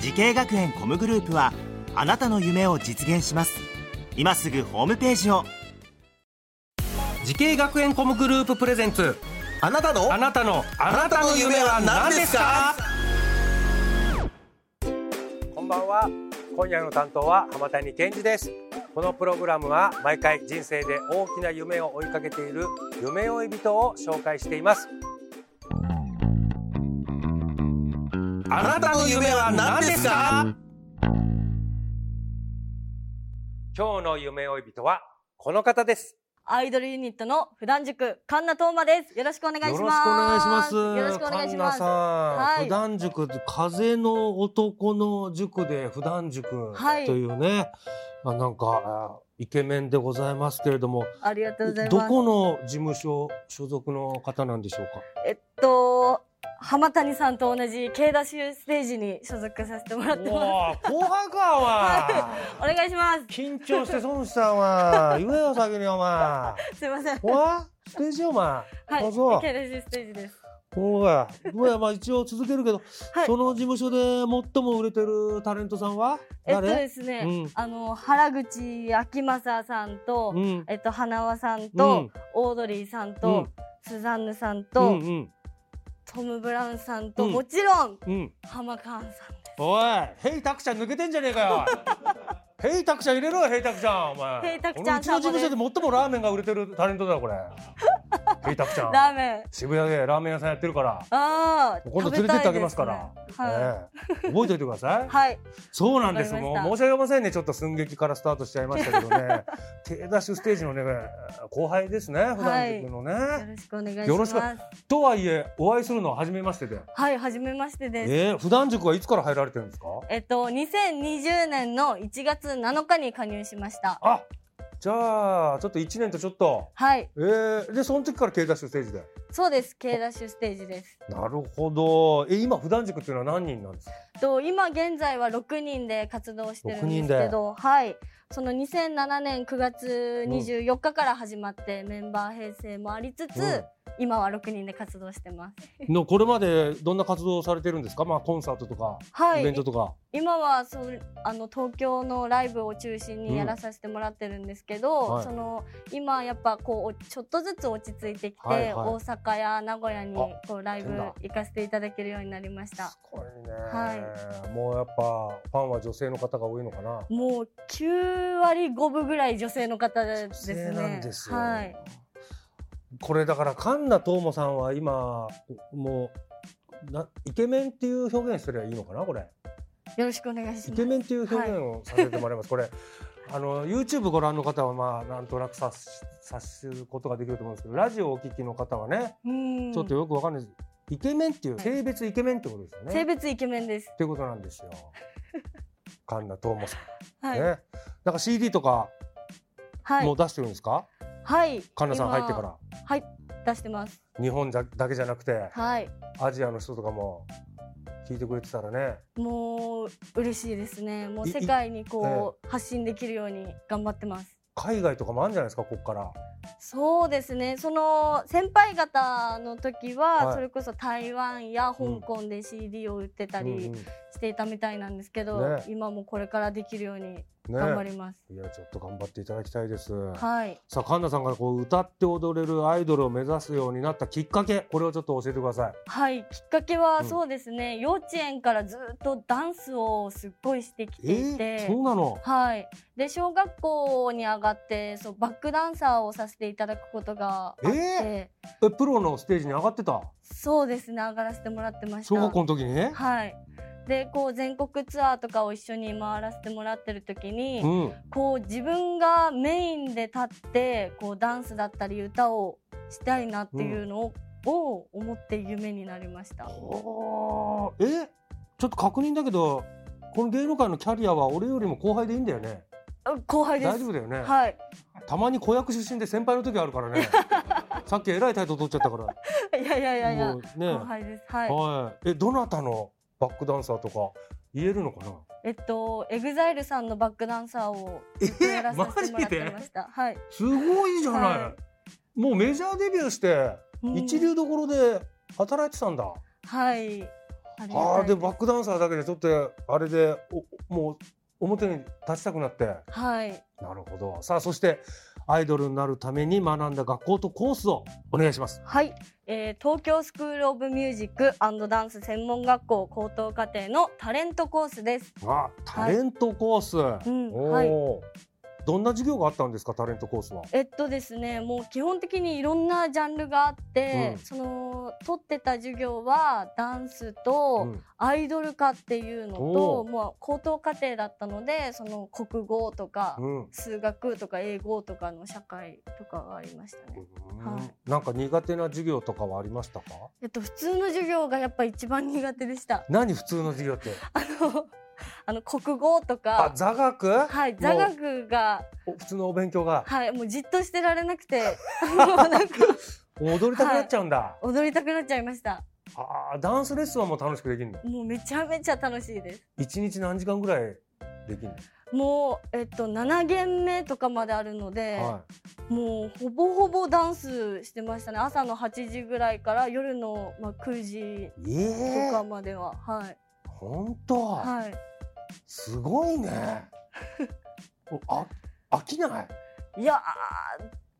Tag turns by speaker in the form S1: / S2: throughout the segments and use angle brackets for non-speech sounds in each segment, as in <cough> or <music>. S1: 時系学園コムグループはあなたの夢を実現します今すぐホームページを
S2: 時系学園コムグループプレゼンツ
S3: あなたの
S2: あなたのあなたの夢は何ですか
S4: こんばんは今夜の担当は浜谷健二ですこのプログラムは毎回人生で大きな夢を追いかけている夢追い人を紹介しています
S2: あなたの夢は何ですか
S4: 今日の夢追い人はこの方です
S5: アイドルユニットの普段塾、カンナトーマです。よろしくお願いします。
S2: よろしくお願いします
S5: よろしくお願いしま
S2: 神田
S5: す。
S2: さん、
S5: はい
S2: 普段塾風の男の塾で普段塾
S5: はい
S2: というね、まあなんかイケメンでございますけれども
S5: ありがとうござい
S2: ど
S5: ます。
S2: この事務所所属の方なんでしょう
S5: <laughs>
S2: か
S5: えっと、浜谷さんと同じ K ダッシュステージに所属させてもらってます。
S2: おー後輩かお前
S5: お願いしま
S2: 緊張して損したお前言えよ先にお前
S5: す。すいません。
S2: おわステージお前
S5: はい。
S2: あそう
S5: K ダッシュステージです。
S2: そう
S5: <laughs>
S2: や。そうや、まあ一応続けるけど、
S5: はい
S2: その事務所で最も売れてるタレントさんは
S5: えっと
S2: 誰、
S5: ですね、
S2: うん
S5: あの、原口あきまささんと、
S2: うん。
S5: えっと、花輪さん
S2: う
S5: と
S2: ん、
S5: オードリーさん
S2: う
S5: と
S2: ん、
S5: スザンヌさん
S2: う
S5: と
S2: ん、うん。
S5: トム・ブラウンさんと、
S2: うん
S5: もちろん、
S2: うん。
S5: 浜カーンさんです。
S2: おい、ヘイタクちゃん抜けてんじゃねえか
S5: <laughs>
S2: よ。おいヘイタクちゃん入れろよ、ヘイタクちゃん、お前。
S5: ヘイタクちゃ
S2: このう
S5: ん
S2: ちの
S5: サボで
S2: 事務所で最もラーメンが売れてるタレントだよ、こ
S5: <laughs>
S2: れ。ヘイタクちゃん。
S5: ラーメン。
S2: 渋谷でラーメン屋さんやってるから。
S5: ああ。
S2: 今度
S5: 食べ
S2: 連れて
S5: たい
S2: ってあげますから。
S5: ですねはい。
S2: ええ覚えておいてください。
S5: はい。
S2: そうなんです。
S5: わかり
S2: も
S5: ま
S2: う申し
S5: した
S2: 訳ありませんね。ちょっと寸劇からスタートしちゃいましたけどね。 <laughs> 手ダッシュステージのね、後輩ですね。普段塾のね。
S5: よろしくお願いします。
S2: よろしくとはいえ、お会いするのは初めましてで。
S5: はい、はじめましてです。
S2: えー、普段塾はいつから入られてるんですか
S5: えっと、2020年の1月7日に加入しました。
S2: あ、じゃあ、ちょっと1年とちょっと。
S5: はい、
S2: えー、で、その時から K ダッシュステージで。
S5: そうです。K ダッシュステージです。
S2: なるほど。え、今、普段塾っていうのは何人なんですか
S5: と、今現在は6人で活動してるんですけど、はい。その2007年9月24日から始まってメンバー編成もありつつ、
S2: うん
S5: 今は6人で活動してます。
S2: の、これまでどんな活動をされてるんですかまあ、コンサートとか、
S5: はい。
S2: イベントとか。
S5: 今はそうあの東京のライブを中心にやらさせてもらってるんですけど、
S2: うんはい
S5: その今やっぱこうちょっとずつ落ち着いてきて、
S2: はいはい
S5: 大阪や名古屋に
S2: あ
S5: こうライブ
S2: 行ってんだ
S5: 行かせていただけるようになりました
S2: すごいね、もうやっぱファンは女性の方が多いのかな
S5: もう9割5分ぐらい女性の方ですね
S2: 女性なんですよ、
S5: はい、
S2: これだから神田東もさんは今もうなイケメンっていう表現すればいいのかなこれ
S5: よろしくお願いし
S2: イ
S5: ます
S2: ケメンっていう表現をさせてもらいます、これあの YouTube ご覧の方はまあなんとなく察し察することができると思うんですけどラジオをお聞きの方はね
S5: うん
S2: ちょっとよくわかんないです、イケメンっていう性別イケメンってことですよね
S5: 性別イケメンです
S2: ってことなん
S5: <laughs>
S2: ですよ神田東もさん
S5: はい、
S2: ね、なんか CD とか
S5: はい
S2: もう出してるんですか、
S5: はい
S2: 神田さん入ってから
S5: 今はい出してます
S2: 日本だだけじゃなくて
S5: はい
S2: アジアの人とかも聞いてくれてたらね
S5: もう嬉しいですね。もう
S2: い
S5: 世界にこう発信できるように頑張ってます。
S2: 海外とかもあるんじゃないですかこっから
S5: そうですね。その先輩方の時
S2: は
S5: はいそれこそ台湾や香港で CD を売ってた
S2: うんう
S5: り
S2: ん
S5: していたみたいなんですけど
S2: ね、
S5: 今もこれからできるように頑張
S2: ね
S5: ります。
S2: いやちょっと頑張っていただきたいです、
S5: はい。
S2: さあ神田さんがこう歌って踊れるアイドルを目指すようになったきっかけこれをちょっと教えてください
S5: はい。きっかけ
S2: う
S5: は
S2: ん
S5: そうですね。幼稚園からずっとダンスをすっごいしてき
S2: え
S5: ていて。
S2: ー、そうなの
S5: はい、で小学校に上がってそうバックダンサーをさせていただくことがあって、
S2: ええプロのステージに上がってた
S5: そうですね上がらせてもらってました
S2: 小学校の時にね、
S5: はいでこう全国ツアーとかを一緒に回らせてもらってる時に、
S2: うん
S5: こう自分がメインで立ってこうダンスだったり歌をしたいなっていうのを,、を思って夢になりました
S2: ほーえちょっと確認だけどこの芸能界のキャリアは俺よりも後輩でいいんだよね
S5: 後輩です
S2: 大丈夫だよね、
S5: はい <laughs>
S2: たまに子役出身で先輩の時あるからねさっきえらい態度取っちゃったから
S5: いやいやいやいや
S2: もうね
S5: 後輩ですはい
S2: はいえどなたのバックダンサーとか言えるのかな
S5: えっとエグザイルさんのバックダンサーをずっとやらさせてもらってました、はい
S2: すごいじゃない、
S5: は
S2: もうメジャーデビューして
S5: うん
S2: 一流どころで働いてたんだ、
S5: はい
S2: ああでバッ
S5: ッ
S2: クダンサーだけでちょっとあれでおもう表に立ちたくなって
S5: はい
S2: なるほどさあそしてアイドルになるために学んだ学校とコースをお願いします
S5: はい、えー、東京スクールオブミュージックダンス専門学校高等課程のタレントコースです
S2: あタレントコース、
S5: うん
S2: おー
S5: はい
S2: どんな授業があったんですかタレントコースは
S5: えっとですねもう基本的にいろんなジャンルがあって、
S2: うん
S5: その取ってた授業はダンス
S2: う
S5: と
S2: ん
S5: アイドル科っていうの
S2: お
S5: と、
S2: う
S5: まあ高等課程だったのでその国語とか、
S2: うん
S5: 数学とか英語とかの社会とかがありましたね。は
S2: なんか苦手な授業とかはありましたか
S5: えっと普通の授業がやっぱ一番苦手でした。 <laughs>
S2: 何普通の授業って
S5: あのあの国語と
S2: あ
S5: か
S2: 座学、
S5: はい座学が
S2: お普通のお勉強が
S5: はいもうじっとしてられなくてもうなんか
S2: 踊りたくなっちゃうんだ、
S5: 踊りたくなっちゃいました。
S2: あーダンスレッスンはもう楽しくできるの
S5: もうめちゃめちゃ楽しいです。
S2: 一日何時間ぐらいできる
S5: もう、えっと、7限目とかまであるので、
S2: の、は
S5: もうほぼほぼダンスしてましたね朝の8時ぐらいから夜の、まあ、9時
S2: い、え
S5: と
S2: え
S5: かまでは、はい、
S2: 本当、
S5: はい、
S2: すごい
S5: <laughs>
S2: ねおあ飽きない
S5: いや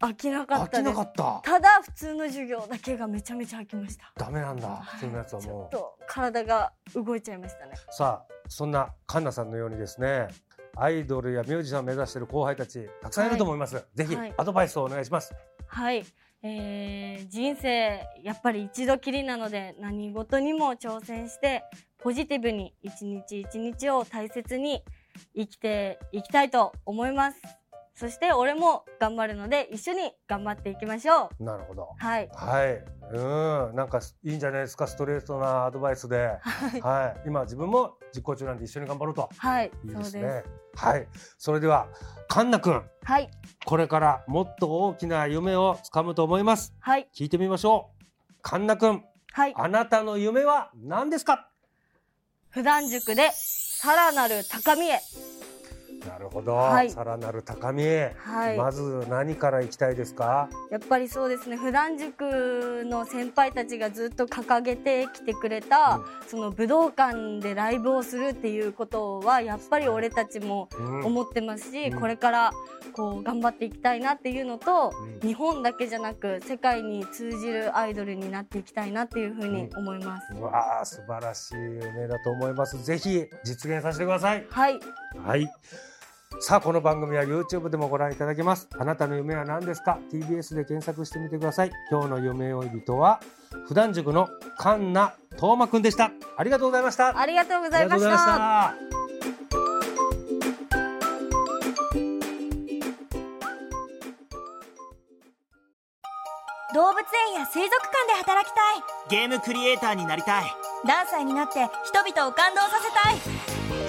S5: ー飽きなかっ
S2: 飽
S5: た
S2: き
S5: で
S2: な
S5: す
S2: かった
S5: ただ普通の授業だけがめちゃめちゃ飽きました
S2: ダメなんだ
S5: はい
S2: 普通のやつは
S5: ちょ
S2: も
S5: っ
S2: う
S5: と体が動いちゃいましたね
S2: さあそんなカンナさんのようにですねアイドルやミュージシャンを目指している後輩たちたくさんいると思います、ぜひ
S5: はい
S2: アドバイスをお願いします、
S5: はい、えー人生やっぱり一度きりなので何事にも挑戦してポジティブに一日一日を大切に生きていきたいと思いますそして俺も頑張るので一緒に頑張っていきましょう
S2: なるほど
S5: はい
S2: はい、うん、なんかいいんじゃないですか、ストレートなアドバイスで。はい、今自分も実行中なんで、一緒に頑張ろうと。
S5: はい
S2: いい
S5: そう
S2: で
S5: ですす
S2: ね。はい、それでは、かんなくん、
S5: はい
S2: これからもっと大きな夢をつかむと思います。
S5: はい
S2: 聞いてみましょう。かんなくん、
S5: はい
S2: あなたの夢は何ですか。
S5: 普段塾でさらなる高みへ
S2: なるほど、
S5: はい
S2: さらなる高みへ。
S5: はい
S2: まず何から行きたいですか。
S5: やっぱりそうですね普段塾の先輩たちがずっと掲げてきてくれた、その武道館でライブをするっていうことはやっぱり俺たちも
S2: うん
S5: 思ってますし、
S2: うん
S5: これからこう頑張っていきたいなっていうのと、
S2: うん
S5: 日本だけじゃなく世界に通じるアイドルになっていきたいなっていうふうに思います。
S2: うわあ、素晴らしい夢だと思います。ぜひ実現させてください。
S5: はい
S2: はい。さあ、この番組は YouTube でもご覧いただけます。あなたの夢は何ですか ?TBS で検索してみてください。今日の夢追い人は、普段塾のカンナトーマくんでした。ありがとうございました。
S5: ありがとうございまし。
S2: ありがとうございましたた。
S6: 動物園や水族館で働きたい
S1: ゲームクリエイターになりたい
S6: ダンサーになって人々を感動させたい